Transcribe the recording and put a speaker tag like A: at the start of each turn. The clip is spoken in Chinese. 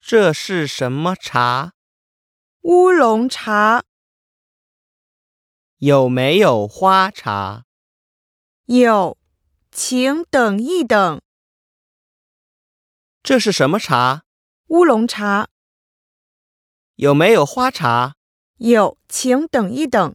A: 这是什么茶？
B: 乌龙茶
A: 有没有花茶？
B: 有，请等一等。
A: 这是什么茶？
B: 乌龙茶
A: 有没有花茶？
B: 有，请等一等。